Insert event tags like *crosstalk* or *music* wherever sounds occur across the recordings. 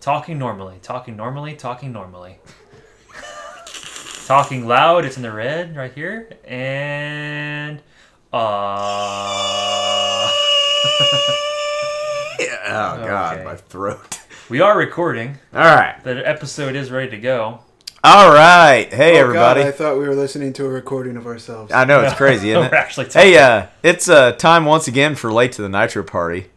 Talking normally, talking normally, talking normally. talking loud, it's in the red right here. And. Uh. Yeah, *laughs* oh, God, Okay. my throat. *laughs* we are recording. All right. The episode is ready to go. All right. Hey, Oh, everybody. God, I thought we were listening to a recording of ourselves. I, *laughs* know, it's crazy, isn't *laughs* We're it? actually talking. Hey, uh, it's uh, time once again for Late to the Nitro Party.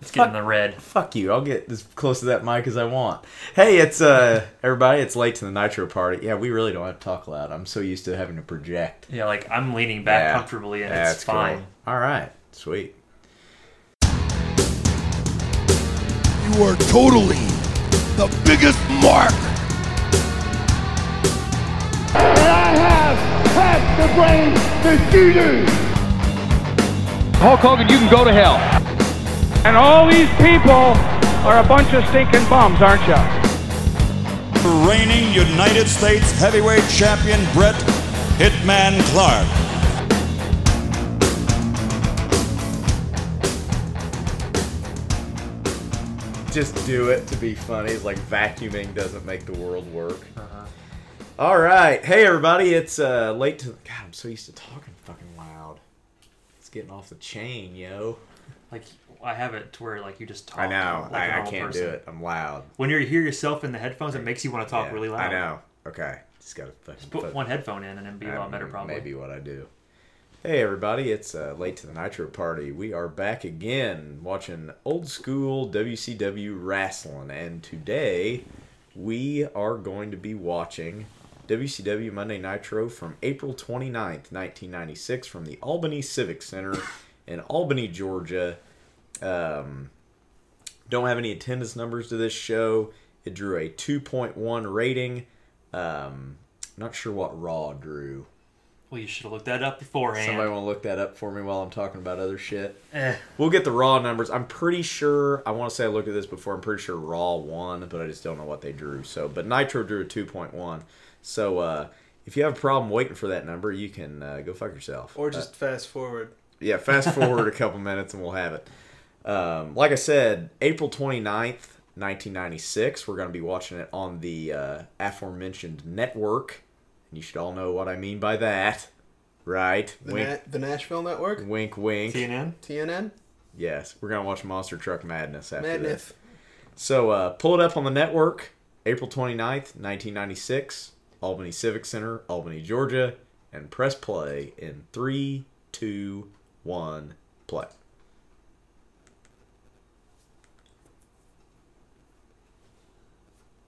Let's get in the red. Fuck you. I'll get as close to that mic as I want. Hey, it's uh, everybody. It's Late to the Nitro Party. Yeah, we really don't have to talk loud. I'm so used to having to project. Yeah, like I'm leaning back Yeah. comfortably and That's it's fine. Cool. All right. Sweet. You are totally the biggest mark. And I have half the brains that you do. Hulk Hogan, you can go to hell. And all these people are a bunch of stinking bums, aren't you? reigning United States heavyweight champion Brett Hitman Clark. Just do it to be funny. It's like vacuuming doesn't make the world work. All right. Hey, everybody. It's uh, late to. God, I'm so used to talking fucking loud. It's getting off the chain, yo. Like I have it to where like you just talk. I know. like a I, I normal can't person. do it. I'm loud. When you hear yourself in the headphones, it makes you want to talk Yeah, really loud. I know. Okay. Just gotta fucking Put fo- one headphone in and it'd be a lot better, um, probably. Maybe what I do. Hey everybody, it's uh, late to the Nitro Party. We are back again watching old school WCW wrestling, and today we are going to be watching WCW Monday Nitro from April 29th, 1996, from the Albany *coughs* Civic Center in Albany, Georgia. Um, don't have any attendance numbers to this show. It drew a 2.1 rating. Um, not sure what Raw drew. Well, you should have looked that up beforehand. Somebody want to look that up for me while I'm talking about other shit? Eh. We'll get the Raw numbers. I'm pretty sure, I want to say I looked at this before, I'm pretty sure Raw won, but I just don't know what they drew. So, But Nitro drew a 2.1. So uh, if you have a problem waiting for that number, you can uh, go fuck yourself. Uh, Or just fast forward. Yeah, fast forward a couple minutes and we'll have it. Um, like I said, April 29th, 1996, we're going to be watching it on the uh, aforementioned network. And you should all know what I mean by that, right? The, wink, Na- the Nashville Network? wink, wink. CNN. TNN? Yes, we're going to watch Monster Truck Madness after this. Madness. So uh, pull it up on the network, April 29th, 1996, Albany Civic Center, Albany, Georgia, and press play in three, two, one, play.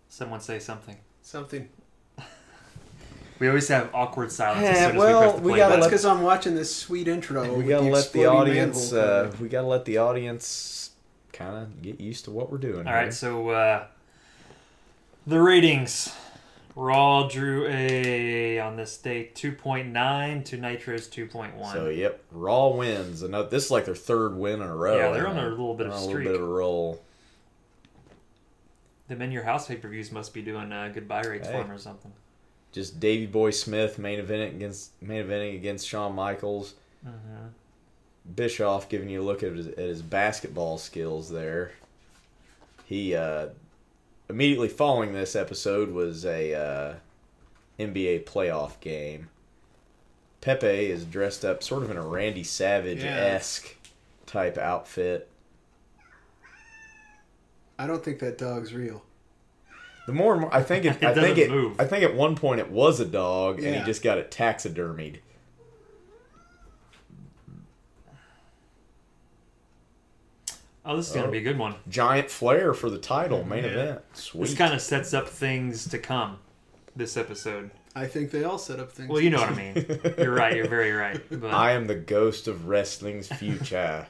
Someone say something. Something. We always have awkward silence Eh, as Yeah, soon as Eh, well, we press the we play gotta button. That's let- because I'm watching this sweet intro. we with gotta let the exploding audience. manhole Uh, cover. we gotta let the audience kind of get used to what we're doing. All here. right, so uh, the ratings. Raw drew a on this date 2.9 to Nitro's 2.1. So yep, Raw wins. Another. This is like their third win in a row. Yeah, they're I on know. a little bit of They're on a streak. little bit of a roll. the Men Your House pay per views must be doing uh, good buy rates Hey. for them or something. Just Davy Boy Smith main event against main eventing against Shawn Michaels. Mm-hmm. Bischoff giving you a look at his, at his basketball skills there. He uh, immediately following this episode was a uh, NBA playoff game. Pepe is dressed up sort of in a Randy Savage esque type outfit. I don't think that dog's real. The more and more, *laughs* I think it, It I think doesn't it, move. I think at one point it was a dog, and he Yeah. just got it taxidermied. Oh, this is gonna Oh. be a good one. Giant flare for the title main event. Sweet. This kind of sets up things to come. This episode. I think they all set up things. Well, you know what I *laughs* mean. You're right. You're very right. But I am the ghost of wrestling's *laughs* future.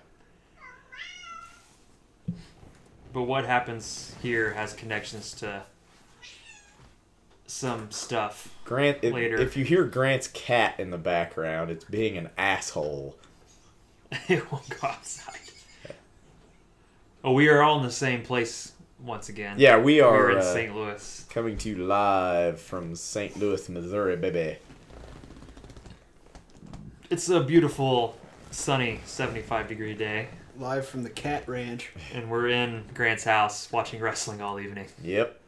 but what happens here has connections to some stuff. Grant, if, Later. if you hear Grant's cat in the background, it's being an asshole. *laughs* it won't go outside. Oh, we are all in the same place once again. Yeah, we are we're in uh, St. Louis. coming to you live from St. Louis, Missouri, baby. It's a beautiful, sunny, seventy-five degree day. live from the Cat Ranch. and we're in Grant's house watching wrestling all evening. Yep.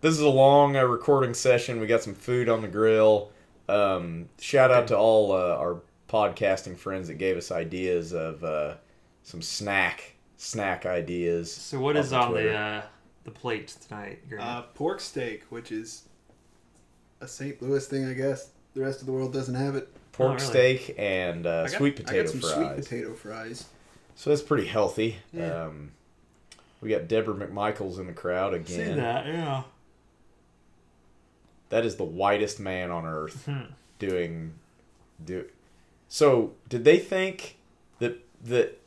This is a long uh, recording session. We got some food on the grill. Um, shout out to all uh, our podcasting friends that gave us ideas of uh, some snack snack ideas. So what is on off of the Twitter. uh, the plate tonight, Grant? Uh, pork steak, which is a St. Louis thing, I guess. The rest of the world doesn't have it. pork really. steak and uh, I got- sweet I potato got some fries? sweet potato fries. So that's pretty healthy. Yeah. Um, we got Deborah McMichaels in the crowd See again. that? Yeah. that is the whitest man on earth doing do so did they think that that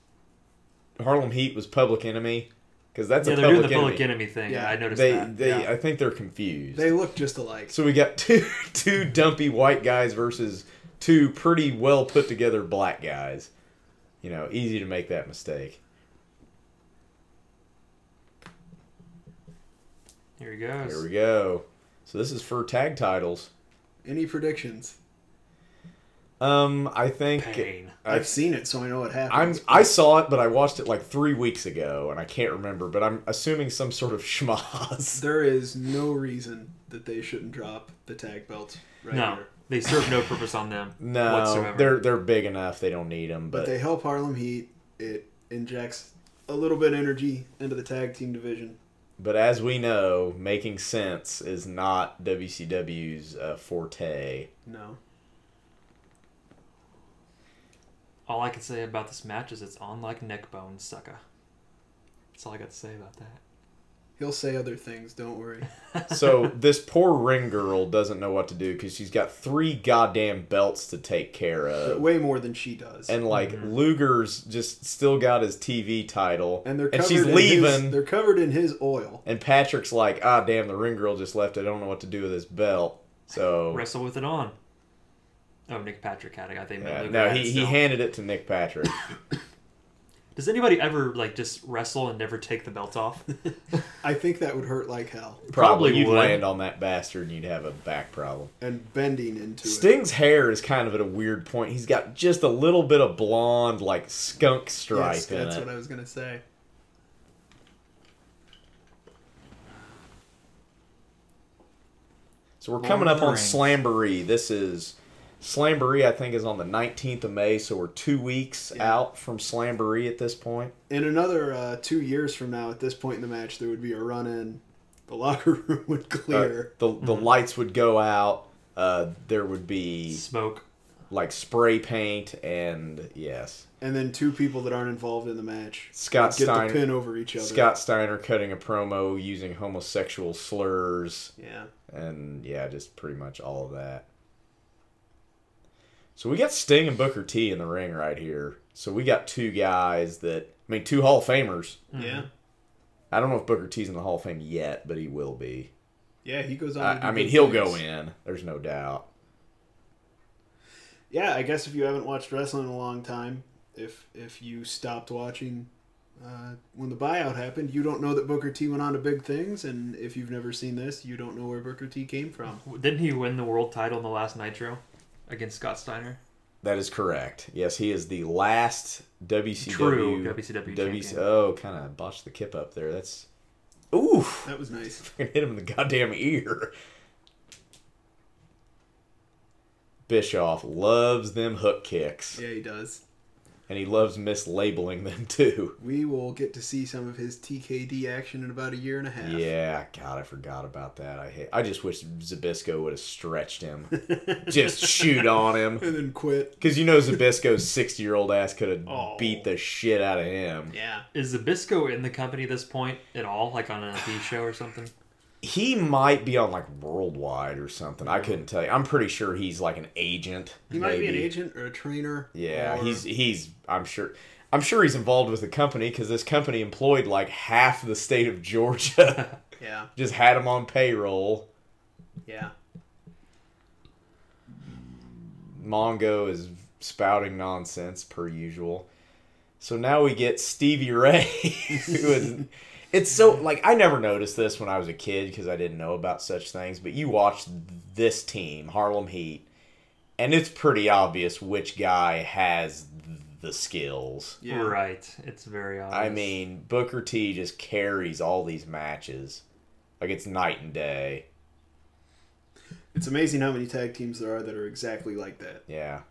harlem heat was public enemy because that's Yeah, a they're doing public the enemy, Public Enemy thing. Yeah. I noticed they that. they uh, yeah. i think they're confused They look just alike. so we got *laughs* two two dumpy white guys versus two pretty well put together black guys you know easy to make that mistake Here he goes. here we go so this is for tag titles Any predictions? um i think Pain. I- I've seen it, so I know what I'm happens. I saw it, but I watched it like three weeks ago, and I can't remember. But I'm assuming some sort of *laughs* schmoz. There is no reason that they shouldn't drop the tag belts right No, here. they serve no purpose on them No, whatsoever. they're they're big enough. They don't need them. But, But, they help Harlem Heat. It injects a little bit of energy into the tag team division. but as we know, making sense is not WCW's uh, forte. No. All I can say about this match is it's on like neck bone sucker. That's all I got to say about that. He'll say other things, *laughs* don't worry. So this poor ring girl doesn't know what to do because she's got three goddamn belts to take care But of. way more than she does. And like Mm-hmm. Luger's just still got his TV title, And they're covered she's in his- leaving. they're covered in his oil. And Patrick's like, ah, damn, the ring girl just left. I don't know what to do with this belt. So Wrestle with it on. Oh, Nick Patrick had it. I think. yeah, no, he, he handed it to Nick Patrick. Does anybody ever like just wrestle and never take the belt *laughs* off? *laughs* I think that would hurt like hell. *laughs* Probably you'd would. land on that bastard and you'd have a back problem. And bending into it. Sting's hair is kind of at a weird point. He's got just a little bit of blonde, like skunk stripe Yes, in that's it. what I was gonna say. So we're coming up on Wolverine. Slamboree. This is Slamboree. I think is on the nineteenth of May. So we're two weeks out from Slamboree at this point. In another uh, two years from now, at this point in the match, there would be a run in. The locker *laughs* room would Uh, clear. the the lights would go out. Uh, there would be Smoke. like spray paint and yes, and then two people that aren't involved in the match Scott get Steiner. the pin over each other. Scott Steiner cutting a promo using homosexual slurs Yeah. and yeah, just pretty much all of that. So we got Sting and Booker T in the ring right here. So we got two guys that I mean two Hall of Famers. Yeah. I don't know if Booker T's in the Hall of Fame yet, but he will be. Yeah, he goes on. to do I, I mean, big he'll go things. in. There's no doubt. Yeah, I guess if you haven't watched wrestling in a long time, if if you stopped watching uh, when the buyout happened, you don't know that Booker T went on to big things, and if you've never seen this, you don't know where Booker T came from. Didn't he win the world title in the last Nitro against Scott Steiner? That is correct. Yes, he is the last WCW. True WCW champion. Oh, kind of botched the kip up there. That's. Ooh! *laughs* That was nice. Hit him in the goddamn ear. Bischoff loves them hook kicks. *laughs* Yeah, he does. And he loves mislabeling them *laughs* too. We will get to see some of his TKD action in about a year and a half. Yeah, God, I forgot about that. I hate, I just wish Zabisco would have stretched him. just shoot on him. And then quit. Because you know Zabisco's 60 year old ass could have Oh. beat the shit out of him. Yeah. Is Zabisco in the company at this point at all? Like on an LP show or *sighs* something? he might be on like worldwide or something. I couldn't tell you. I'm pretty sure he's like an agent. He might be an maybe. agent or a trainer. Yeah, or- he's he's. I'm sure. I'm sure he's involved with the company because this company employed like half the state of Georgia. *laughs* Yeah. Just had him on payroll. Yeah. Mongo is spouting nonsense per usual. So now we get Stevie Ray, *laughs* who is. It's so like I never noticed this when I was a kid because I didn't know about such things. But you watch this team, Harlem Heat, and it's pretty obvious which guy has the skills. Yeah. Right. It's very obvious. I mean, Booker T just carries all these matches. Like it's night and day. It's amazing how many tag teams there are that are exactly like that. Yeah.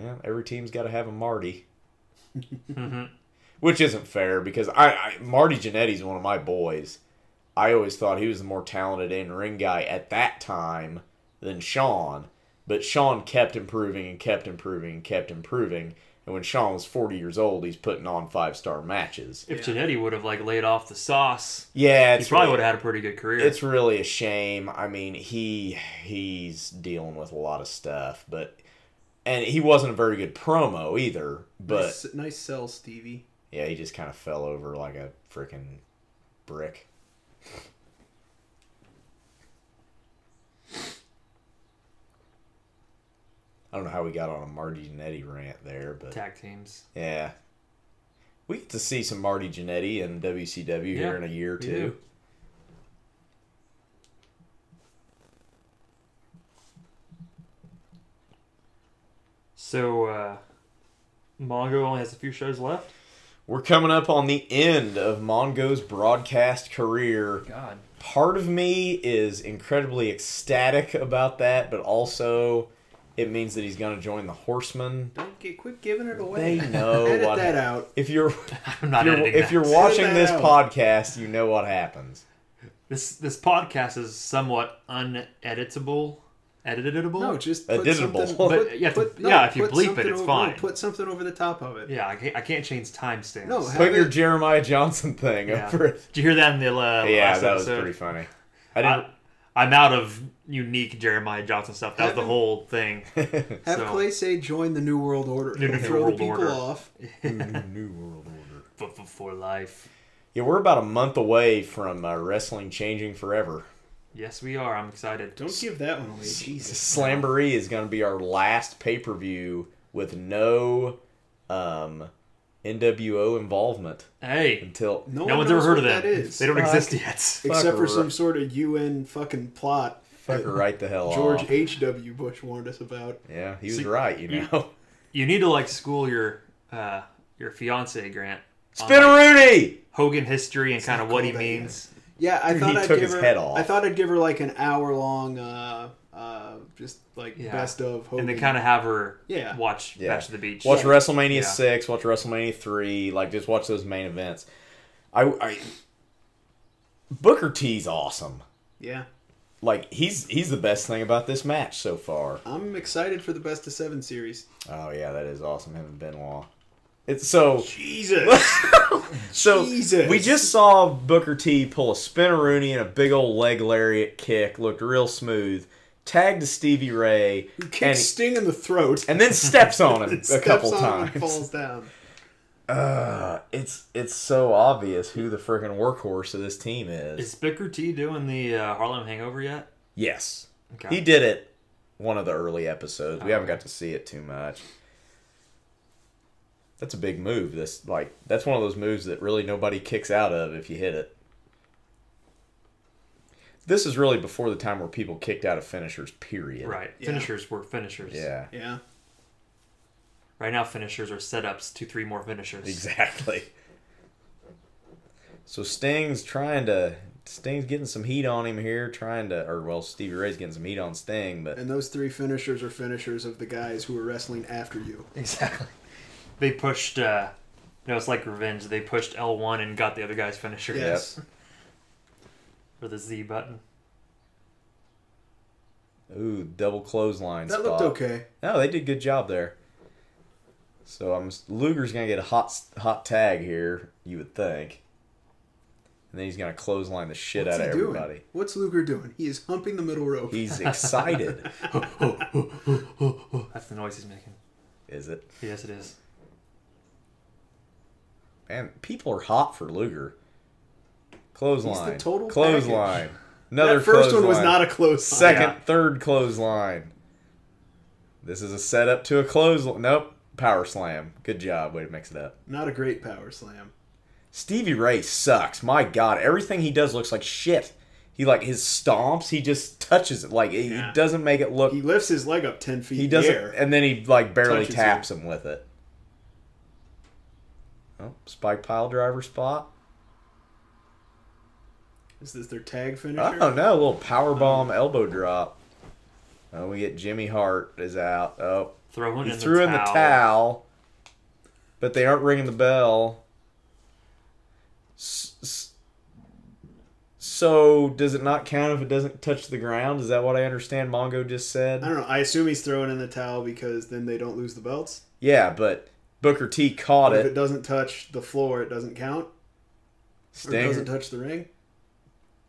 Yeah, every team's got to have a Marty. Which isn't fair because I, I Marty Jannetty's one of my boys. I always thought he was the more talented in ring guy at that time than Sean, but Sean kept improving and kept improving and kept improving. And when Sean was 40 years old, he's putting on five star matches. if Janetti would have like laid off the sauce, Yeah, he it's probably really- would have had a pretty good career. it's really a shame. I mean, he he's dealing with a lot of stuff, but and he wasn't a very good promo either. But nice, nice sell, Stevie. yeah, he just kind of fell over like a freaking brick. I don't know how we got on a Marty Jannetty rant there, but tag teams. yeah, we get to see some Marty Jannetty in WCW here Yeah, in a year or we two. do. So uh Mongo only has a few shows left. We're coming up on the end of Mongo's broadcast career. *laughs* God. Part of me is incredibly ecstatic about that, but also it means that he's going to join the Horsemen. Don't get quit giving it away. *laughs* They know Edit what. that out. *laughs* If you're I'm not you're- editing if that. you're watching that this out. podcast, you know what happens. This this podcast is somewhat uneditable, editable. No, just put Editable. something. But you have to- no, yeah, if you put bleep it, something it's over- fine. Put something over the top of it. yeah, I can't, I can't change timestamps. No, Put have your it- Jeremiah Johnson thing *laughs* Yeah. over Did it. you hear that in the uh, Yeah, last that was episode? pretty funny. I didn't. I, I'm out of unique Jeremiah Johnson stuff. That was the *laughs* Haven't- whole thing. have so- Clay say join the New World Order. The It'll New throw World the people Order. off. New World Order. For, for, for life. Yeah, we're about a month away from uh, wrestling changing forever. Yes, we are. I'm excited. Don't give that one away. Jesus. Slamboree is going to be our last pay per view with no um, NWO involvement Hey, until no one's ever knows heard of what them. That is. Uh, They don't Fuck. exist yet. except for fucker. some sort of UN fucking plot. fucker right the hell George off. H. W. Bush warned us about. Yeah, he was right, you *laughs* know. You need to like school your uh, your fiance Grant. on, like, Spinneroonie! Hogan history and kind of what he called that yet. means. Yeah, I thought he I'd took give his her. head off. I thought I'd give her like an hour long, uh, uh, just like Yeah. best of Hogan. and then kind of have her Yeah. watch Yeah. Match of the Beach. Watch WrestleMania Yeah. 6, watch WrestleMania 3, like just watch those main events. I, I Booker T's awesome. yeah, Like he's he's the best thing about this match so far. I'm excited for the best of seven series. Oh yeah, that is awesome him and Benoit. It's so Jesus, So Jesus. we just saw Booker T pull a spinneroonie and a big old leg lariat kick. Looked real smooth. Tagged to Stevie Ray kick and, Sting in the throat. and then steps on *laughs* him a steps couple on him and times. falls down. Uh, it's it's so obvious who the freaking workhorse of this team is. Is Booker T doing the uh, Harlem Hangover yet? yes, Okay. Oh. he did it one of the early episodes. We haven't got to see it too much. That's a big move. This like that's one of those moves that really nobody kicks out of if you hit it. This is really before the time where people kicked out of finishers. Period. Right. Yeah. Finishers were finishers. Yeah. Yeah, Right now, finishers are setups to three more finishers. *laughs* Exactly. So Sting's trying to Sting's getting some heat on him here, trying to or well Stevie Ray's getting some heat on Sting, but and those three finishers are finishers of the guys who were wrestling after you. Exactly. They pushed. uh No, it's like revenge. They pushed L one and got the other guy's finisher Yes, for the Z button. ooh, double clothesline that spot. looked okay. No, they did a good job there. So I'm Luger's gonna get a hot hot tag here, you would think, and then he's gonna clothesline the shit What's out he of doing? everybody. What's Luger doing? He is humping the middle rope. *laughs* He's excited, That's the noise he's making. is it? Yes, it is. Man, people are hot for Luger. Clothesline. total clothesline. Another that first one was clothesline. not a close. second, Yeah. third clothesline. This is a setup to a clothesline. Nope. Power slam. Good job. Way to mix it up. Not a great power slam. Stevie Ray sucks. My God, everything he does looks like shit. He like his stomps. He just touches it. Like he Yeah. doesn't make it look. He He, lifts his leg up ten feet. in the doesn't. air. And then he like barely Touches taps him with it. Oh, spike pile driver spot. Is this their tag finisher? Oh no, a little power bomb elbow drop. Oh, we get Jimmy Hart is out. Oh, Throw he in threw in the towel, but they aren't ringing the bell. S- s- So does it not count if it doesn't touch the ground? Is that what I understand? Mongo just I said. don't know. I assume he's throwing in the towel because then they don't lose the belts. Yeah, but Booker T caught If it it. doesn't touch the floor, it doesn't count. Or it doesn't Sting, touch the ring.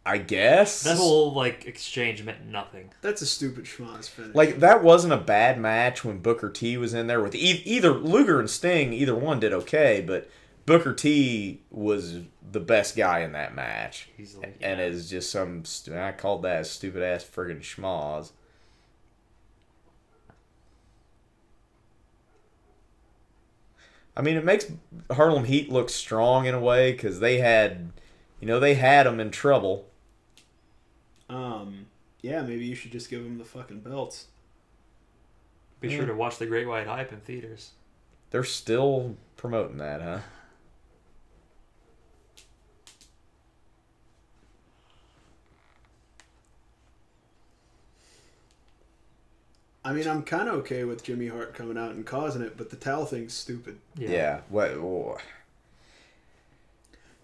I guess. That whole like exchange meant nothing. That's a stupid schmaz finish. Like that wasn't a bad match when Booker T was in there with e- either Luger and Sting. Either one did okay, but Booker T was the best guy in that match, Easily, and yeah. is just some. St- I called that stupid ass friggin' schmoz. I mean, it makes Harlem Heat look strong in a way because they had, you know, they had them in trouble. um, yeah, maybe you should just give him the fucking belts. Be sure to watch the Great White Hype in theaters. They're still promoting that, huh? I mean, I'm kind of okay with Jimmy Hart coming out and causing it, but the towel thing's stupid. Yeah. Yeah. What? wha-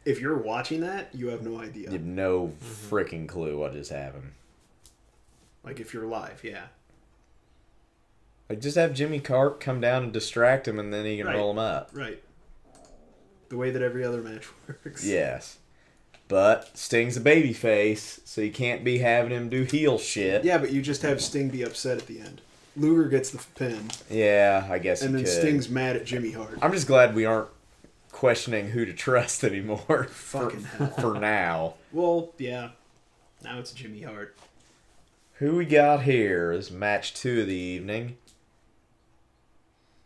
If you're watching that, you have no idea. You have no Mm-hmm. freaking clue what just happened. Like if you're live, yeah. Like, just have Jimmy Carp come down and distract him, and then he can Right. roll him up. Right. The way that every other match *laughs* works. Yes. But Sting's a baby face, so you can't be having him do heel shit. Yeah, but you just have Sting be upset at the end. Luger gets the pin, Yeah, I guess. and you then could. Sting's mad at Jimmy Hart. I'm just glad we aren't questioning who to *laughs* trust anymore. *laughs* For, Fucking hell. for now, Well, yeah. Now it's Jimmy Hart. who we got here is match two of the evening.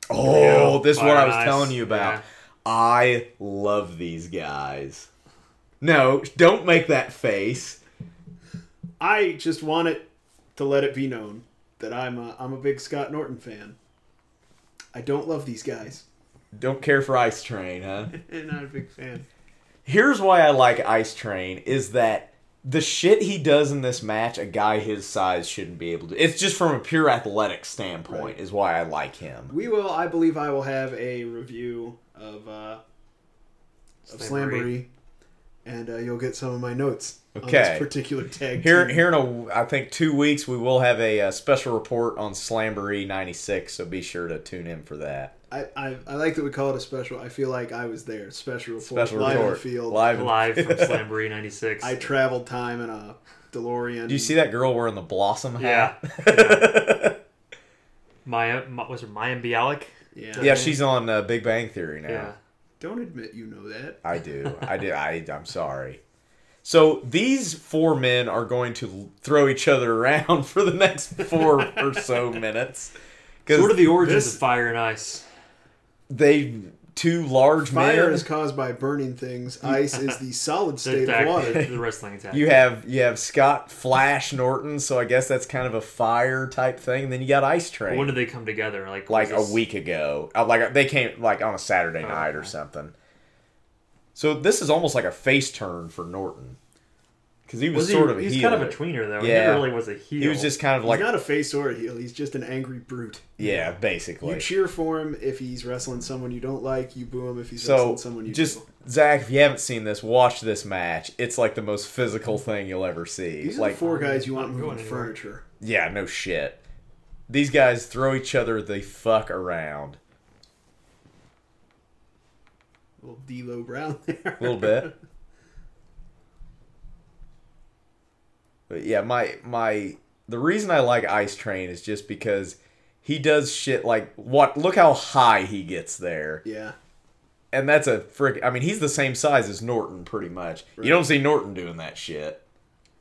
Oh, this is what I was Fire and Ice, telling you about. yeah. I love these guys. No, don't make that face. I just want it to let it be known that I'm a, I'm a big Scott Norton fan. I don't love these *laughs* guys. Don't care for Ice Train, huh? Not a big fan. Here's why I like Ice Train is that the shit he does in this match, a guy his size shouldn't be able to. It's just from a pure athletic standpoint Right. is why I like him. We will. I believe I will have a review of uh, of Slambury, and uh, you'll get some of my notes on Okay. this particular tag. Here, team. here in a, I think two weeks we will have a, uh special report on Slamboree '96, so be sure to tune in for that. I, I, I like that we call it a special. I feel like I was there. Special report. Special live in report, the *laughs* field. live. Live from Slamboree '96. I traveled time in a DeLorean. Do you see that girl wearing the blossom Yeah. *laughs* hat? Yeah. Maya Ma- was her Maya Bialik? Yeah. Yeah, she's on uh, Big Bang Theory now. Yeah. Don't admit you know that. I do. I do. I, I'm sorry. So these four men are going to l- throw each other around *laughs* for the next four or so minutes. Because So what are the origins this- of Fire and Ice? they two large Fire men. is caused by burning things. Ice is the solid state Attack- of *laughs* water. The wrestling attack. you have you have Scott Flash Norton, so I guess that's kind of a fire type thing. And then you got Ice Train. when did they come together? Like like a was this- week ago. Uh, Like they came like on a Saturday Oh, night or something. So this is almost like a face turn for Norton because he was, Was he, sort of a he's heel. kind of a tweener though. He Yeah. never really was a heel. He was just kind of like he's not a face or a heel. He's just an angry brute. yeah, You basically. cheer for him if he's wrestling someone you don't like. You boo him if he's So wrestling someone you just do. Zach, if you haven't seen this, watch this match. It's like the most physical thing you'll ever see. These are like the four guys you want I'm moving going anywhere. furniture. yeah, no shit. These guys throw each other the fuck around Little D'Lo Brown *laughs* there. a little bit. But yeah, my my the reason I like Ice Train is just because he does shit like what look how high he gets there. yeah. And that's a frick I mean, he's the same size as Norton pretty much. You don't see Norton doing that shit.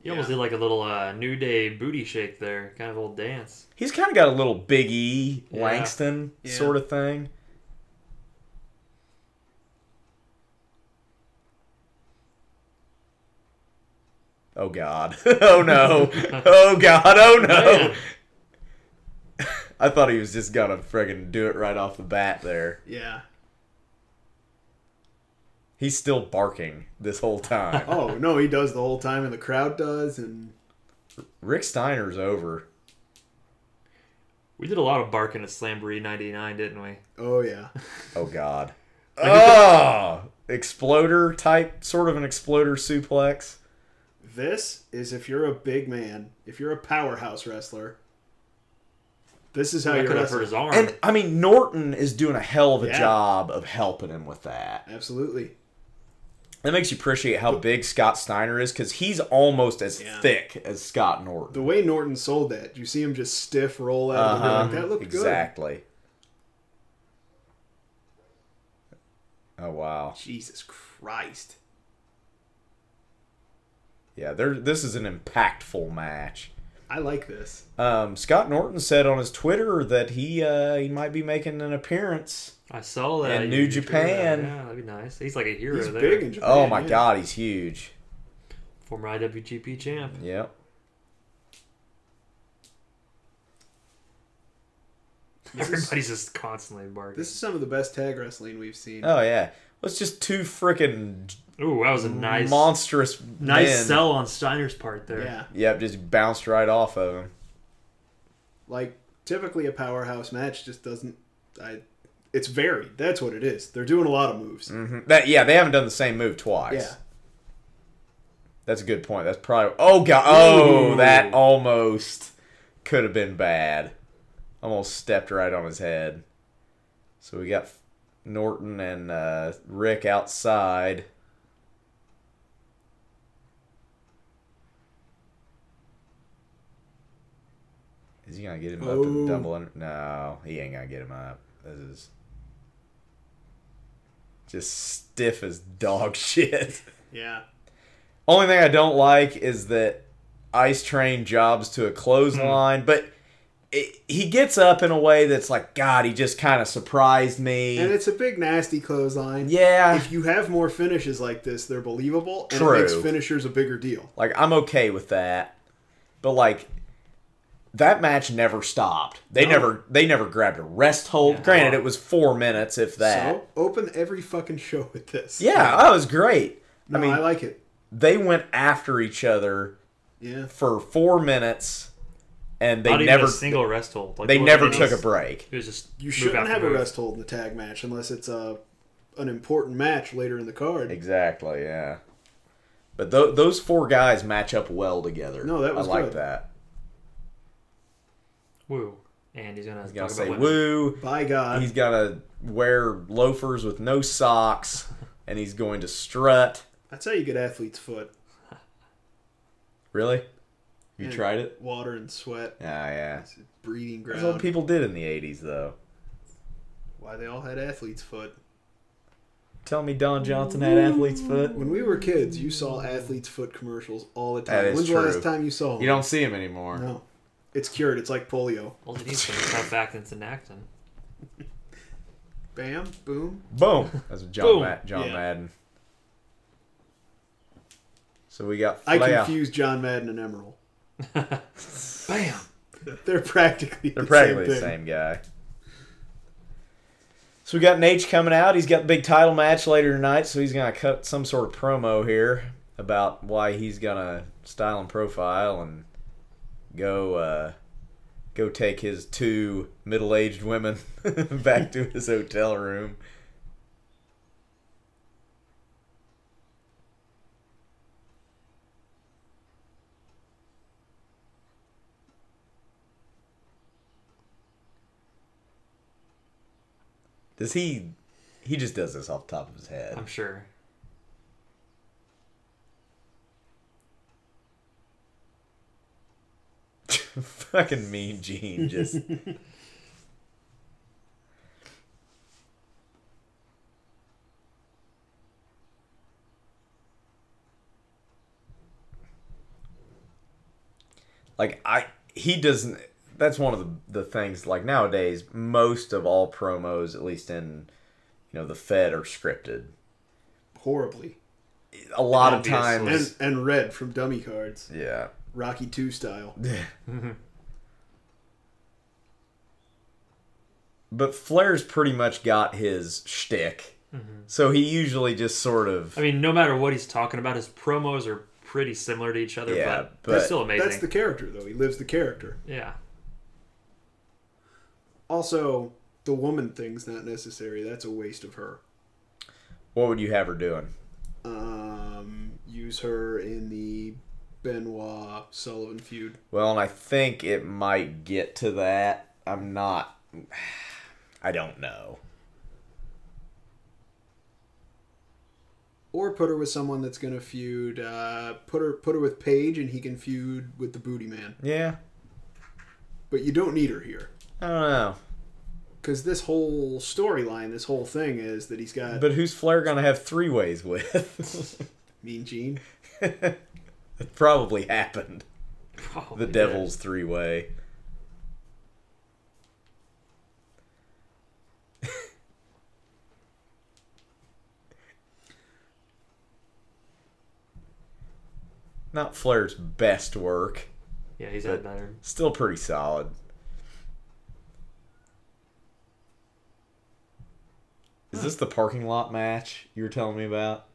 He almost Yeah. did like a little uh, New Day booty shake there, kind of old dance. He's kind of got a little Big E Langston Yeah. sort of thing. Oh God. *laughs* oh *laughs* no. Oh God. Oh no. Man. *laughs* I thought he was just gonna friggin' do it right off the bat there. Yeah. He's still barking this whole *laughs* time. Oh no, he does the whole time, and the crowd does, and Rick Steiner's over. We did a lot of barking at Slamboree 99, didn't we? oh yeah, Oh *laughs* God. Oh, exploder type, sort of an exploder suplex. this is if you're a big man, if you're a powerhouse wrestler, this is how That you could have hurt wrestle. his arm. And I mean, Norton is doing a hell of a Yeah. job of helping him with that. Absolutely. That makes you appreciate how big Scott Steiner is because he's almost as Yeah. thick as Scott Norton. The way Norton sold that, you see him just stiff roll out of the ring. Uh-huh. Like, that looked exactly. Oh wow. good. Jesus Christ. Yeah, there. This is an impactful match. I like this. Um, Scott Norton said on his Twitter that he uh, he might be making an appearance. I saw that. and You- New you threw Japan. that. Yeah, that'd be nice. He's like a hero He's there. big in Japan. Oh my yeah. God, he's huge. Former IWGP champ. Yep. This is, Everybody's just constantly barking. this is some of the best tag wrestling we've seen. Oh yeah. That's just two freaking Ooh, that was a nice, monstrous nice men. sell on Steiner's part there. yeah. Yep, just bounced right off of him. Like typically a powerhouse match just doesn't I it's varied. That's what it is. They're doing a lot of moves. Mhm. That yeah, they haven't done the same move twice. Yeah. That's a good point. That's probably. Oh god. Oh, Ooh. that almost could have been bad. Almost stepped right on his head. So we got Norton and uh, Rick outside. Is he gonna get him up Oh. and double? Under? No, he ain't gonna get him up. This is just stiff as dog *laughs* shit. Yeah. Only thing I don't like is that Ice Train jobs to a clothesline, but it, he gets up in a way that's like, God, he just kind of surprised me. And it's a big nasty clothesline. yeah, If you have more finishes like this, they're believable and True. it makes finishers a bigger deal. like I'm okay with that, but like that match never stopped. They never they never grabbed a rest hold. Granted, it was four minutes, if that. So open every fucking show with this. yeah, that was great. No, I mean, I like it. they went after each other Yeah. for four minutes, and they Not even never a single rest hold. Like, they it never wasn't- took a break. It was just You move shouldn't after have a move. rest hold in the tag match unless it's a an important match later in the card. Exactly, yeah. But th- those four guys match up well together. No, that was I like good. that. Woo. And he's gonna, He's gonna talk say about women. woo. By God, He's gonna wear loafers with no socks, and he's going to strut. that's how you get athlete's foot. Really? You Yeah. tried it? Water and sweat, Yeah, yeah. it's a breeding That's what ground. people did in the '80s, though. Why they all had athlete's foot. Tell me, Don Johnson had athlete's foot. When we were kids, you saw athlete's foot commercials all the time. That is When's the true. last time you saw one? You don't see him anymore. No, it's cured. It's like polio. All he needs to do is cut back into Nacton. Bam, boom. Boom. That's John Boom. Ma- John Yeah. Madden. So we got I Flair. confused John Madden and Emerald. *laughs* Bam. They're practically They're the practically same the thing. same guy. So we got Nate coming out. He's got the big title match later tonight, so he's gonna cut some sort of promo here about why he's gonna style and profile and go uh, go take his two middle aged women *laughs* back to his hotel room. Does he? He just does this off the top of his head. I'm sure. *laughs* Fucking mean Gene just. like I he doesn't that's one of the the things like nowadays most of all promos at least in you know the Fed are scripted Horribly. a lot of Obviously. times. and and red from dummy cards, Yeah. Rocky Two style. But Flair's pretty much got his shtick. So he usually just sort of. Mm-hmm. I mean, no matter what he's talking about, his promos are pretty similar to each other, Yeah, but, but- they're still amazing. That's the character though. He lives the character. yeah. Also, the woman thing's not necessary. That's a waste of her. What would you have her doing? Um, use her in the Benoit Sullivan feud. Well, and I think it might get to that. I'm not. *sighs* I don't know. Or put her with someone that's gonna feud. Uh, put her put her with Paige, and he can feud with the Booty Man. Yeah. But you don't need her here, I don't know. because this whole storyline, this whole thing is that he's got But who's Flair going to have three ways with? *laughs* Mean Gene. it probably happened. Probably, The yeah. Devil's three way. *laughs* Not Flair's best work. Yeah, he's had better. Still pretty solid. Is this the parking lot match you were telling me about?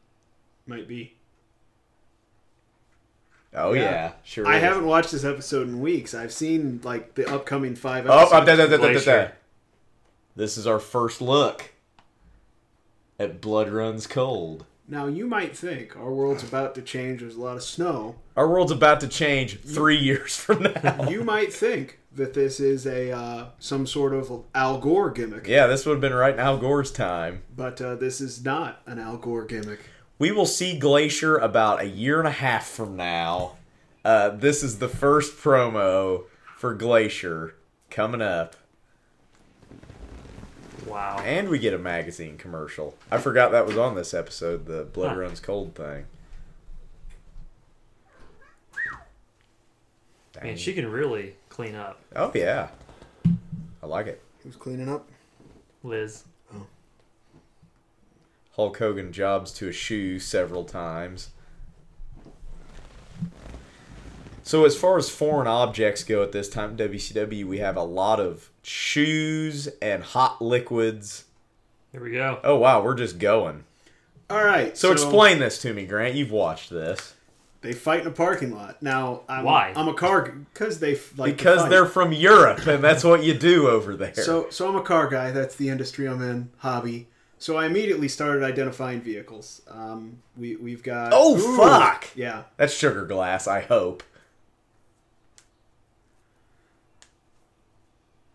Might be. Oh yeah, Yeah. sure. I is. haven't watched this episode in weeks. I've seen like the upcoming five Oh, episodes. oh, da, da, da, da, da, da. Glacier. This is our first look at Blood Runs Cold. Now you might think our world's about to change. There's a lot of snow. Our world's about to change three years from *laughs* now. You might think that this is a uh, some sort of Al Gore gimmick, yeah, this would have been right in Al Gore's time. but uh, this is not an Al Gore gimmick. We will see Glacier about a year and a half from now. Uh, this is the first promo for Glacier coming up. Wow. And we get a magazine commercial. I forgot that was on this episode, the Blood Runs Cold thing. Man, she can really clean up, Oh, yeah. I like it. Who's cleaning up? Liz. Hulk Hogan jobs to a shoe several times. So as far as foreign objects go at this time, WCW we have a lot of shoes and hot liquids. Here we go. Oh wow, we're just going. All right. So, explain this to me, Grant. You've watched this They fight in a parking lot. Now I'm, Why? I'm a car because they f- like to because fight. they're from Europe and that's what you do over there. so so I'm a car guy. That's the industry I'm in. Hobby. So I immediately started identifying vehicles. Um, we we've got Oh, Ooh. fuck! yeah that's sugar glass, I hope.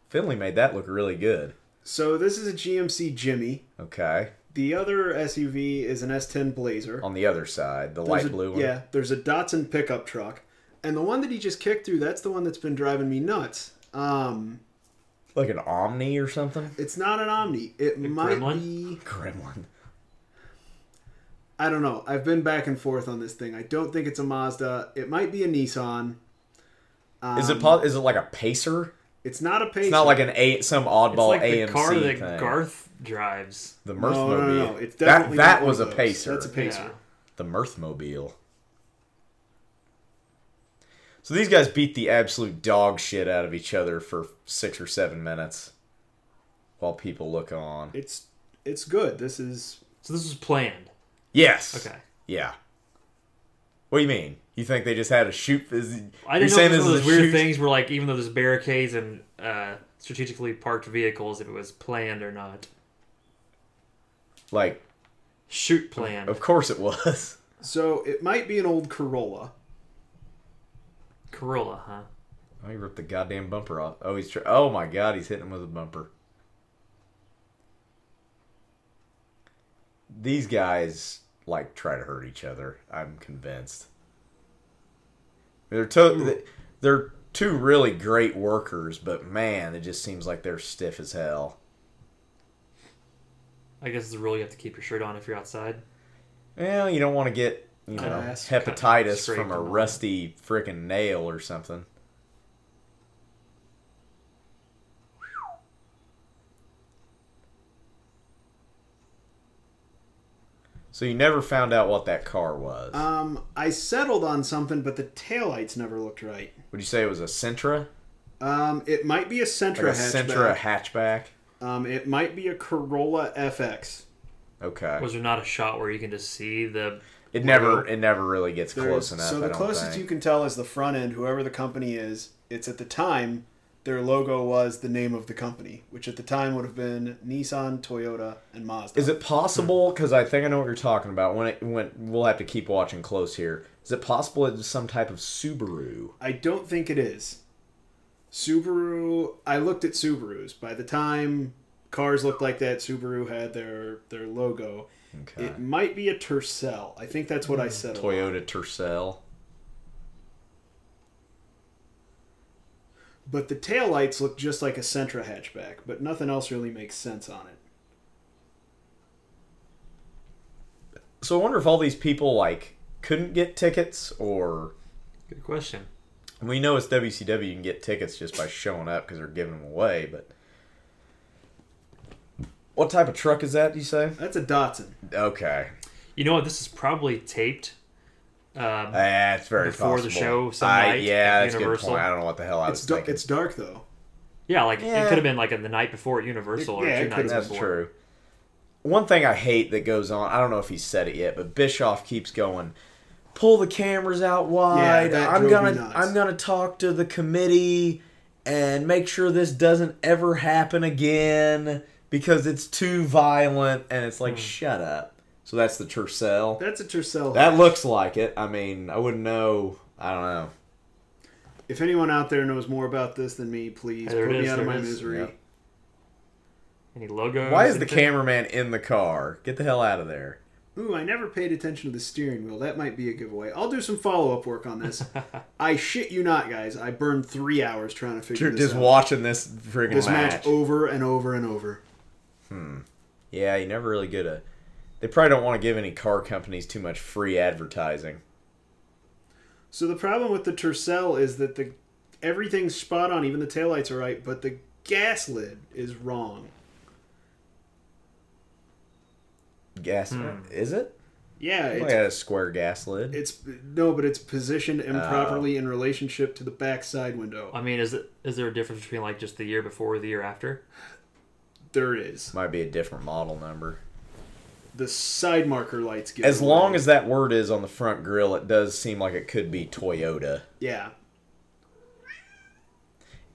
Finley made that look really good. So this is a GMC Jimmy. Okay. The other SUV is an S10 Blazer. on the other side, the There's light a- blue one. Yeah, there's a Datsun pickup truck, and the one that he just kicked through. That's the one that's been driving me nuts. Um, Like an Omni or something? it's not an Omni. It might Gremlin? be. Gremlin. I don't know. I've been back and forth on this thing. I don't think it's a Mazda. It might be a Nissan. Um, is Um, it po- is it like a pacer? It's not a Pacer. It's not like an a some It's oddball like the AMC car that thing. Garth drives. the Mirthmobile. No, no, no, no. It's that definitely not that one was a of those. pacer. That's a Pacer. Yeah. the Mirthmobile. So these guys beat the absolute dog shit out of each other for six or seven minutes, while people look on. It's it's good. This is So this was planned. Yes. Okay. Yeah. What do you mean? You think they just had a shoot? I Is, you're didn't know saying it was one of is those a weird shoot? things where, like, even though there's barricades and uh, strategically parked vehicles, if it was planned or not. Like, Shoot planned. of course it was. *laughs* so. It might be an old Corolla. Corolla, huh? Oh, he ripped the goddamn bumper off. Oh, he's tr- oh my god, he's hitting him with a bumper. These guys like try to hurt each other. I'm convinced. They're to- they're two really great workers, but man, it just seems like they're stiff as hell. I guess it's a rule you have to keep your shirt on if you're outside. Well, Eh, you don't want to get you know Glass cut, hepatitis scraped from a and all rusty frickin' nail or something. So you never found out what that car was. Um, I settled on something, but the taillights never looked right. Would you say it was a Sentra? Um, it might be a Sentra Like a Sentra hatchback. hatchback? um, it might be a Corolla FX. Okay. Was there not a shot where you can just see the? it never it never really gets close enough. So the I don't closest think. you can tell is the front end. Whoever the company is, it's at the time their logo was the name of the company, which at the time would have been Nissan, Toyota, and Mazda. Is it possible? Because I think I know what you're talking about. When it when we'll have to keep watching close here. Is it possible it was some type of Subaru? I don't think it is. Subaru. I looked at Subarus. By the time cars looked like that, Subaru had their their logo. Okay. It might be a Tercel. I think that's what I settled. on. Toyota Tercel. But the taillights look just like a Sentra hatchback, but nothing else really makes sense on it. So I wonder if all these people like couldn't get tickets, or Good question. we know it's WCW, you can get tickets just by showing up because they're giving them away. But what type of truck is that? You say? That's a Datsun. Okay, You know what? This is probably taped. Um, that's very Before the possible. show some I, night yeah, at that's a good Universal. point. I don't know what the hell I It's was da- thinking. it's dark though. yeah, like Yeah. it could have been like in the night before at Universal or Yeah, it two could nights That's before. true. One thing I hate that goes on, I don't know if he said it yet, but Bischoff keeps going, pull the cameras out wide. that I'm drove gonna me nuts." I'm gonna talk to the committee and make sure this doesn't ever happen again because it's too violent and it's Hmm. like shut up. So that's the Tercel. That's a Tercel. That looks like it. I mean, I wouldn't know. I don't know. if anyone out there knows more about this than me, please Hey, there put it me is, out of there my it is. misery. Yep. Any logos? Why is the anything? cameraman in the car? Get the hell out of there. Ooh, I never paid attention to the steering wheel. That might be a giveaway. I'll do some follow up work on this. I shit you not, guys. I burned three hours trying to figure You're this just out. watching this friggin' this match. over and over and over. Yeah, you never really get a. They probably don't want to give any car companies too much free advertising. So the problem with the Tercel is that the everything's spot on, even the taillights are right, but the gas lid is wrong. Gas is it? Yeah, It's, Hmm. it's like a square gas lid. it's no, but it's positioned Oh. improperly in relationship to the back side window. I mean, is it is there a difference between like just the year before or the year after? there is. Might be a different model number. The side marker lights give As it long away. as that word is on the front grill, it does seem like it could be Toyota. Yeah.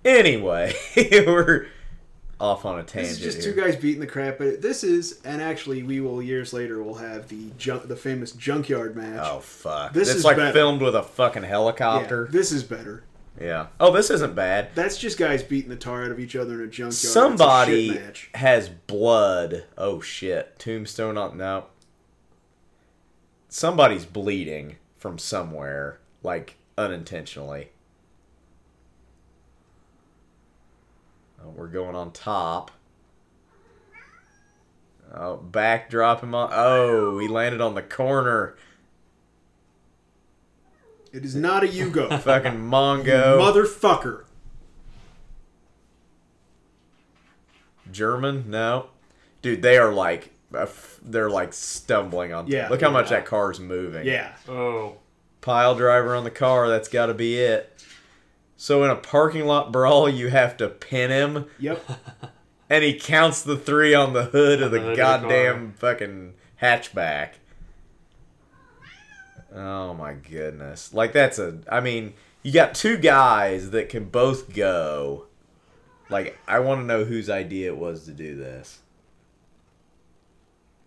Anyway, *laughs* we're off on a This tangent is just here. two guys beating the crap out of This is and actually we will years later we'll have the junk the famous junkyard match. Oh fuck! This it's is like better. filmed with a fucking Yeah, helicopter. this is better. yeah. Oh, this isn't bad. That's just guys beating the tar out of each other in a junkyard. It's a shit Somebody match. has blood. Oh shit. Tombstone on no. Somebody's bleeding from somewhere, like unintentionally. Oh, we're going on top. Oh, back drop him on. Oh, he landed on the corner. It is not *laughs* a Yugo. Fucking Mongo. Motherfucker. German? No. Dude, they are like uh, f- they're like stumbling on. Yeah. Look how much that car's moving. Yeah. Oh, pile driver on the car. That's got to be it. So in a parking lot brawl, you have to pin him, Yep. and he counts the three on the hood of the, hood of the goddamn fucking hatchback. Oh my goodness! Like that's a. I mean, you got two guys that can both go. Like I want to know whose idea it was to do this.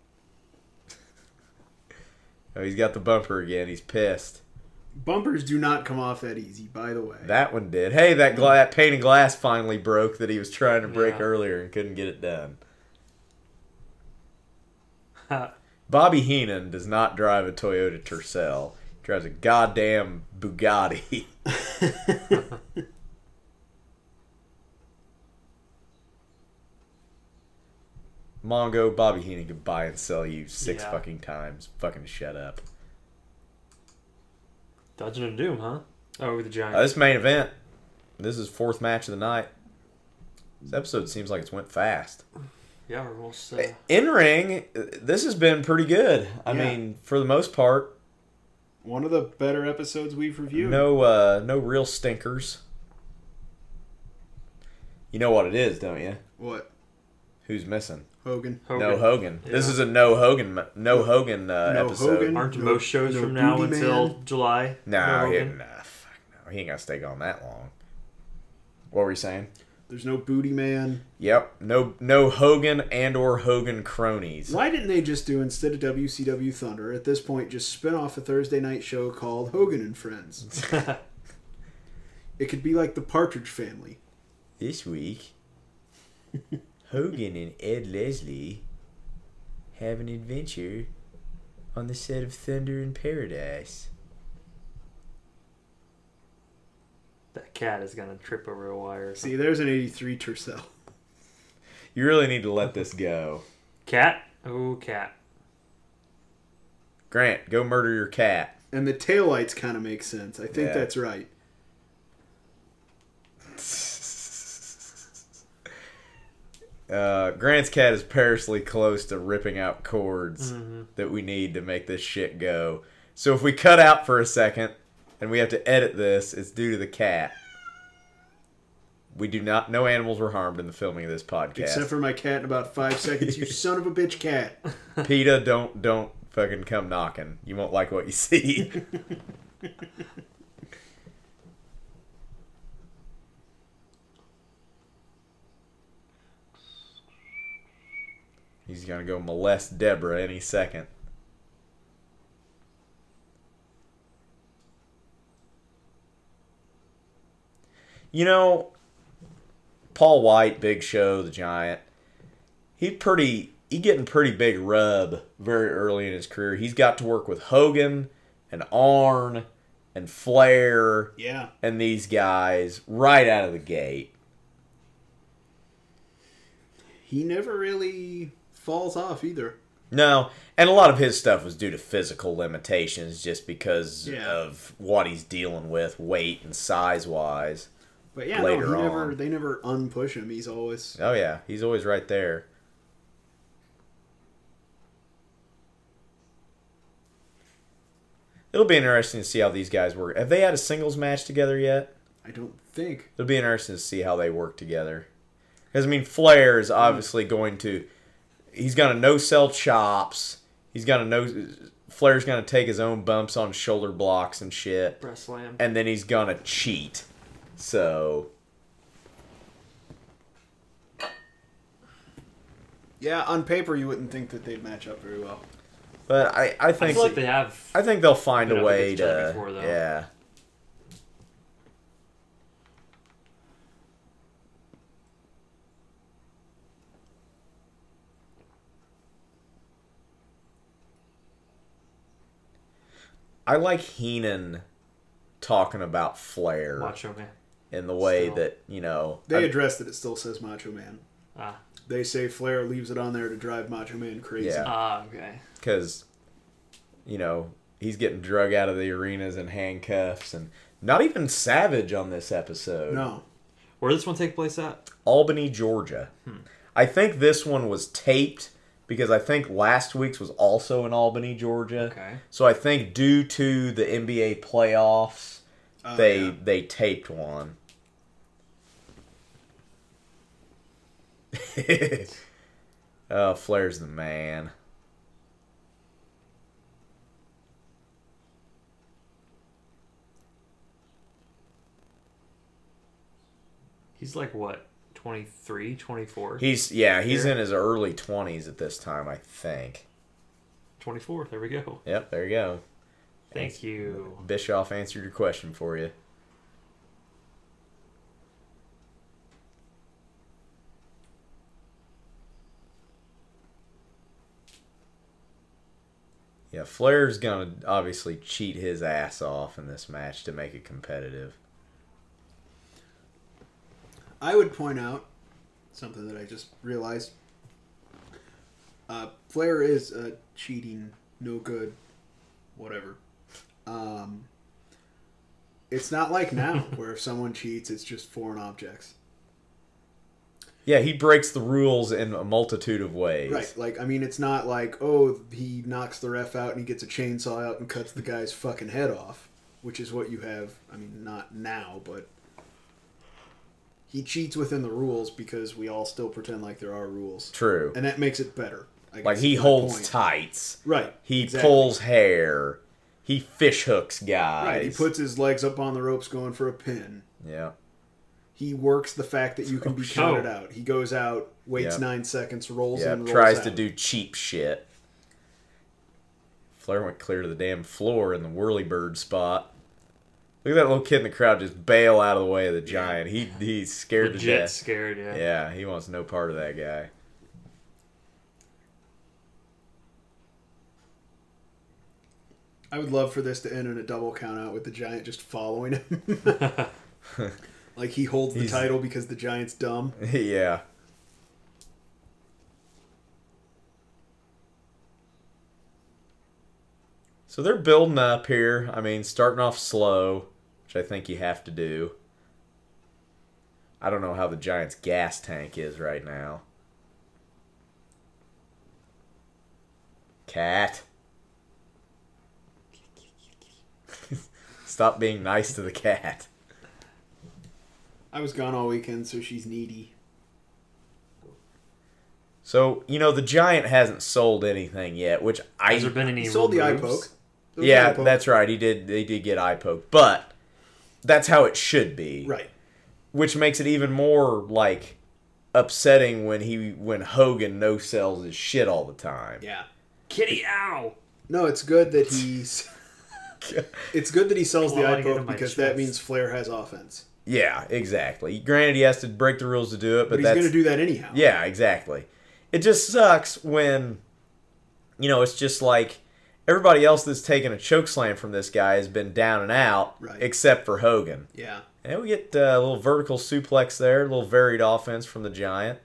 *laughs* Oh, he's got the bumper again. He's pissed. Bumpers do not come off that easy, by the way. That one did. Hey, that gla- that pane of glass finally broke that he was trying to break Yeah. earlier and couldn't get it done. Bobby Heenan does not drive a Toyota Tercel. He drives a goddamn Bugatti. *laughs* Mongo, Bobby Heenan could buy and sell you six Yeah. fucking times. Fucking shut up. Dungeon of Doom, huh? Oh, with the giant. Uh, this main event. This is fourth match of the night. This episode seems like it's went fast. Yeah, we're almost. Uh, In ring, this has been pretty good. I Yeah. mean, for the most part, One of the better episodes we've reviewed. no uh, no real stinkers. You know what it is, don't you? What? Who's missing? Hogan. Hogan. No Hogan. This Yeah. is a no Hogan no Hogan uh, No episode. Hogan. Aren't No- most shows no from now Booty until Man. July? Nah, no he, Hogan? nah, fuck no. He ain't gonna stay gone that long. What were you saying? There's no booty man. Yep. No no Hogan and or Hogan cronies. Why didn't they just do instead of WCW Thunder at this point just spin off a Thursday night show called Hogan and Friends? *laughs* it could be like the Partridge Family. This *laughs* week Hogan and Ed Leslie have an adventure on the set of Thunder in Paradise. That cat is gonna trip over a wire. See, there's an '83 Tercel. You really need to let this go. Cat? Oh, cat. Grant, go murder your cat. And the taillights kind of make sense. I think Yeah. that's right. Uh, Grant's cat is perilously close to ripping out cords that we need to make this shit go. So if we cut out for a second and we have to edit this, it's due to the cat. We do not. No animals were harmed in the filming of this podcast. Except for my cat in about five seconds. *laughs* You son of a bitch, cat. Peta, don't don't fucking come knocking. You won't like what you see. He's gonna go molest Deborah any second. You know, Paul White, Big Show, the Giant he pretty he getting pretty big rub very early in his career. He's got to work with Hogan and Arn and Flair Yeah. and these guys right out of the gate. He never really falls off either. No, and a lot of his stuff was due to physical limitations just because Yeah. of what he's dealing with, weight and size wise. But yeah, Later no, he on. never they never unpush him. He's always Oh yeah, he's always right there. It'll be interesting to see how these guys work. Have they had a singles match together yet? I don't think. It'll be interesting to see how they work together. Because I mean, Flair is obviously going to. He's gonna no sell chops. He's gonna no. Flair's gonna take his own bumps on shoulder blocks and shit, Breast slam. and then he's gonna cheat. So Yeah, on paper you wouldn't think that they'd match up very well. But I, I I think feel like they have. I think they'll find Been a up way against each other to. before, though. yeah. I like Heenan talking about Flair Macho Man. in the way Still. that you know. They I- addressed that it still says Macho Man. Ah. They say Flair leaves it on there to drive Macho Man crazy. Yeah. Ah, okay. because you know he's getting drug out of the arenas in handcuffs and not even savage on this episode No. Where does this one take place at? albany georgia i think this one was taped because i think last week's was also in albany georgia Okay. so i think due to the nba playoffs Oh, they yeah. they taped one *laughs* oh flair's the man He's like what? 23, 24? He's yeah, he's Here. in his early twenties at this time, I think. 24. There we go. Yep, there you go. Thank you. Bischoff answered your question for you. Yeah, Flair's gonna obviously cheat his ass off in this match to make it competitive. I would point out something that I just realized. Uh, Flair is a cheating, no good, whatever. Um, it's not like now where if someone cheats, it's just foreign objects. Yeah, he breaks the rules in a multitude of ways. Right. Like, I mean, it's not like, oh, he knocks the ref out and he gets a chainsaw out and cuts the guy's fucking head off, which is what you have. I mean, not now, but he cheats within the rules because we all still pretend like there are rules. True. And that makes it better. I guess like he is my holds point. tights. Right. He exactly. pulls hair. He fish hooks guys. Right. He puts his legs up on the ropes going for a pin. Yeah. He works the fact that you can be shit. counted out. He goes out, waits Yeah. nine seconds, rolls Yeah. in, rolls Tries out. to do cheap shit. Flair went clear to the damn floor in the whirlybird spot. Look at that little kid in the crowd just bail out of the way of the giant. He he's scared to Legit death. scared, yeah. Yeah, he wants no part of that guy. I would love for this to end in a double count out with the giant just following him. *laughs* like he holds the He's- title because the giant's dumb. *laughs* yeah. So they're building up here. I mean, starting off slow, which I think you have to do. I don't know how the Giants' gas tank is right now. Cat. *laughs* Stop being nice to the cat. I was gone all weekend, so she's needy. So, you know, the Giant hasn't sold anything yet, which I. Has there been any He sold the eye removes? poke. It was Yeah, eye poke. that's right. He did. They did get eye poke, but that's how it should be. right. Which makes it even more like upsetting when he when Hogan no sells his shit all the time. Yeah. Kitty ow! No, it's good that *laughs* he's. it's good that he sells the Clawing eye into poke my because that chest. means Flair has offense. Yeah, exactly. Granted, he has to break the rules to do it, but, But, he's that's going to do that anyhow. Yeah, exactly. It just sucks when, you know, it's just like everybody else that's taken a choke slam from this guy has been down and out, Right. except for Hogan. Yeah. And we get uh, a little vertical suplex there, a little varied offense from the Giant.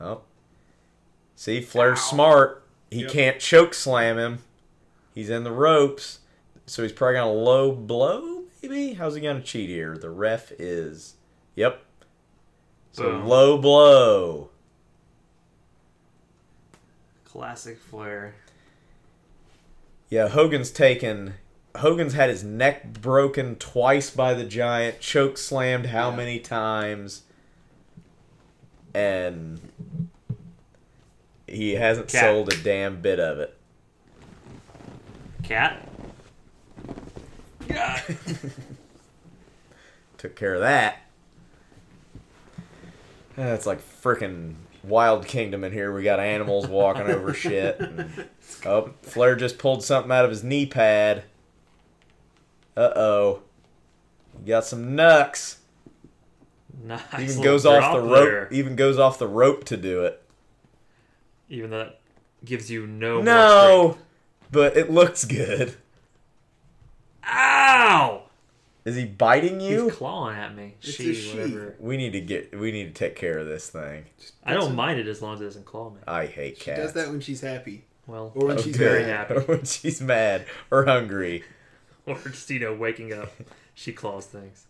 Oh. See, Flair's smart. He Yep. can't choke slam him. He's in the ropes. So he's probably going to low blow, maybe? How's he going to cheat here? The ref is. Yep. So Boom. low blow. Classic Flair. Yeah, Hogan's taken. Hogan's had his neck broken twice by the giant, choke slammed how Yeah. many times, and he hasn't Cat. sold a damn bit of it. Cat? God. Took care of that. Uh, It's like frickin' Wild Kingdom in here. We got animals walking over shit. and- oh, Flair just pulled something out of his knee pad. Uh oh. Got some nucks. nice. even little goes off the drop rope. E- there. Even goes off the rope to do it. Even though that gives you no. more No, but it looks good. strength. Ow! Is he biting He's you? clawing at me. It's she, a she. whatever. We need to get. We need to take care of this thing. I don't mind it as long as it doesn't claw me. I hate She cats. Oh, does that when she's happy. Well, Or when *laughs* I'm *laughs* she's very mad. happy. when she's mad or hungry. *laughs* Or just, you know, waking up, she claws things.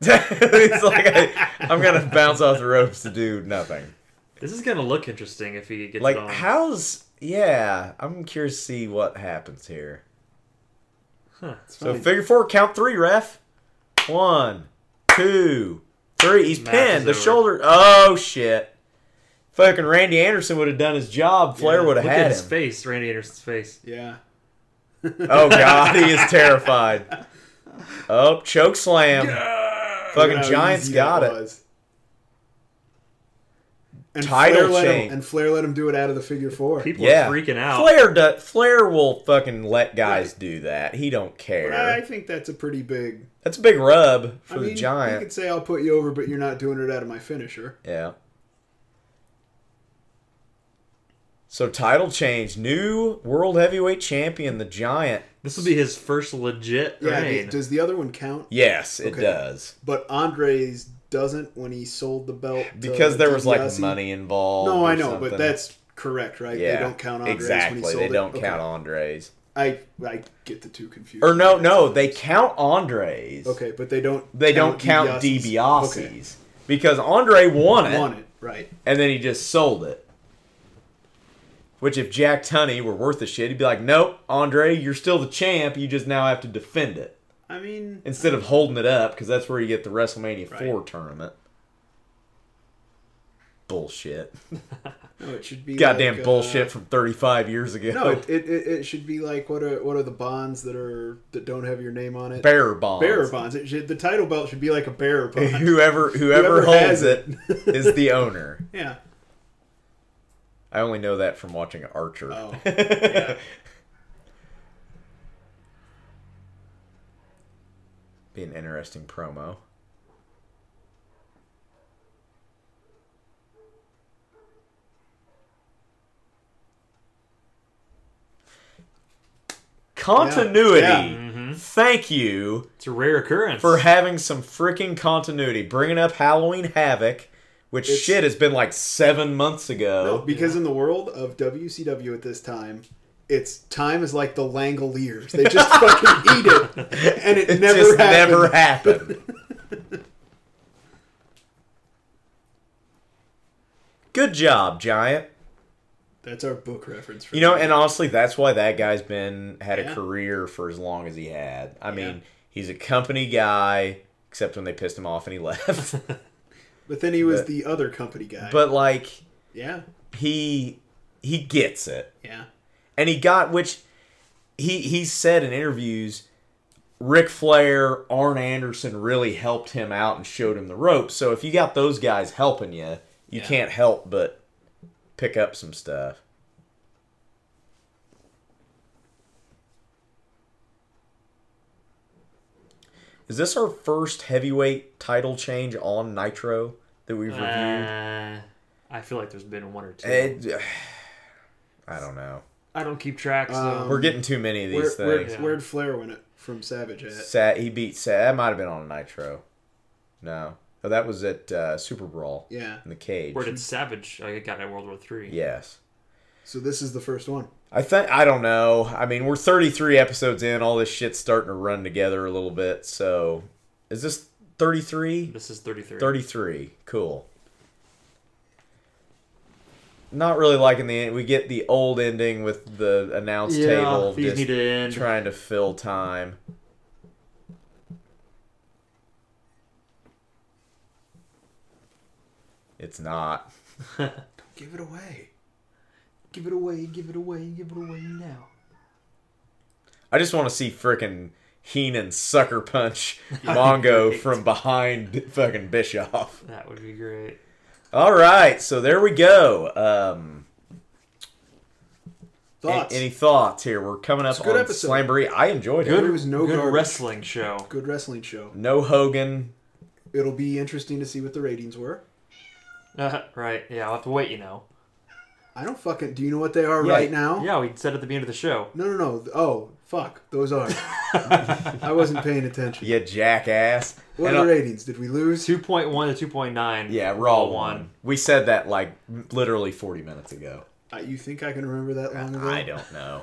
it's like I, I'm gonna bounce off the ropes to do nothing. This is gonna look interesting if he gets Like it on. how's yeah? I'm curious to see what happens here. Huh. So figure four, count three, ref. One, two, three. He's Match is pinned. The over. shoulder. Oh shit! Fucking Randy Anderson would have done his job. Flair Yeah, would have Look at had his him. face, Randy Anderson's face. Yeah. Oh god, he is terrified. Oh, choke slam. Look Fucking at how Giants easy that got it. was. And Title Flair let change. him, and Flair let him do it out of the figure four. People Yeah, are freaking out. Flair, do, Flair will fucking let guys do that. He don't care. But I think that's a pretty big. That's a big rub for I the mean, you Giant. could say I'll put you over, but you're not doing it out of my finisher. Yeah. So title change, new world heavyweight champion, the Giant. This will be his first legit Yeah. reign. d- Does the other one count? Yes, it Okay. does But Andres doesn't when he sold the belt to because there was like DiBiase. money involved. No, or I know, something. but that's correct, right? Yeah, They don't count Andres exactly. when he sold they it. don't Okay. count Andres. I I get the two confused. Or no, no, they count Andres. Okay, but they don't. They don't count DiBiase's Okay. because Andre won it, Won it, right? and then he just sold it. Which, if Jack Tunney were worth a shit, he'd be like, "Nope, Andre, you're still the champ. You just now have to defend it I mean, instead of holding it up because that's where you get the WrestleMania Right. Four tournament." *laughs* Bullshit. no, it should be Goddamn like, uh, bullshit from 35 years ago. no, it, it, it it should be like what are what are the bonds that are that don't have your name on it? bearer bonds. Bearer bonds. It should, the title belt should be like a *laughs* bearer bond. Whoever whoever, Whoever holds has it is *laughs* the owner. yeah. I only know that from watching Archer. Oh, *laughs* Be an interesting promo. Continuity. Yeah. Thank you It's a rare occurrence. for having some freaking continuity. Bringing up Halloween Havoc, which It's- shit has been like seven months No, ago. *laughs* because in the world of WCW at this time, it's time is like the Langoliers. They *laughs* just fucking eat it, and it, it never just happened. never happened. *laughs* Good job, Giant. That's our book reference. For You know, that. and honestly, that's why that guy's been had a Yeah. career for as long as he had. I Yeah. mean, he's a company guy, except when they pissed him off and he *laughs* left. but then he was but- the other company guy. but like, yeah, he he gets it. yeah, and he got which he he said in interviews Ric Flair, Arn Anderson really helped him out and showed him the ropes. So if you got those guys helping you, you Yeah. can't help but pick up some stuff. Is this our first heavyweight title change on Nitro that we've reviewed? Uh, I feel like there's been one or two. It- *sighs* I don't know. I don't keep track, so Um, We're getting too many of where, these where, things. Yeah. where'd Flair win it from Savage at? Sat, he beat Sat. That might have been on Nitro. No. Oh, that was at uh, Super Brawl. Yeah. In the cage. where did Savage I got at World War Three? yes. So this is the first one. I think I don't know. I mean, we're 33 episodes in. All this shit's starting to run together a little bit. So, is this 33? This is 33. 33. Cool. Not really liking the we get the old ending with the announce Yeah, table. of these just need to end. Trying to fill time. It's not. Give it away. Give it away, give it away, give it away now. I just want to see frickin' Heenan *laughs* sucker punch Mongo from behind fucking Bischoff. That would be great. All right, so there we go. Um, a- Thoughts? any thoughts here? We're coming up a good on episode. Slamboree. I enjoyed Good, it. There was no good garbage. wrestling show. Good wrestling show. No Hogan. It'll be interesting to see what the ratings were. Uh, *laughs* right, yeah, I'll have to wait, you know. I don't fucking. Do you know what they are Yeah, right now? Yeah, we said at the beginning of the show. No, no, no. Oh, fuck. *laughs* Those are. I wasn't paying attention. You jackass. What And uh, are I- the ratings? Did we lose? 2.1 to 2.9. yeah, Raw one. We said that like literally 40 minutes ago. Uh, you think I can remember that long ago? I don't know.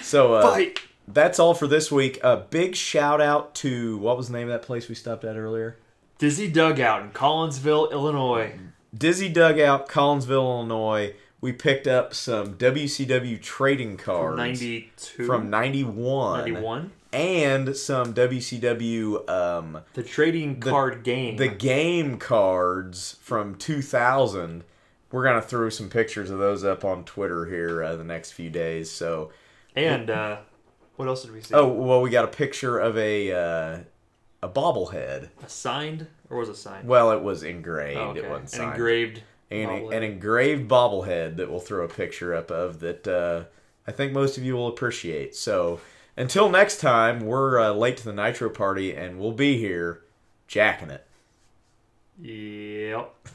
So uh, Fight. that's all for this week. A big shout out to what was the name of that place we stopped at earlier? Dizzy Dugout in Collinsville, Illinois. Dizzy Dugout, Collinsville, Illinois. We picked up some WCW trading cards 92. from 91, 91. and some WCW um, The trading card game. the game cards from 2000 we're gonna throw some pictures of those up on twitter here uh, the next few days so and, uh, what else did we see? oh well we got a picture of a uh, a bobblehead Assigned? Or was it signed? well it was engraved Oh, okay. it wasn't An signed engraved. an, bobblehead. an engraved bobblehead that we'll throw a picture up of that uh, i think most of you will appreciate so until next time we're uh, late to the nitro party and we'll be here jacking it Yep.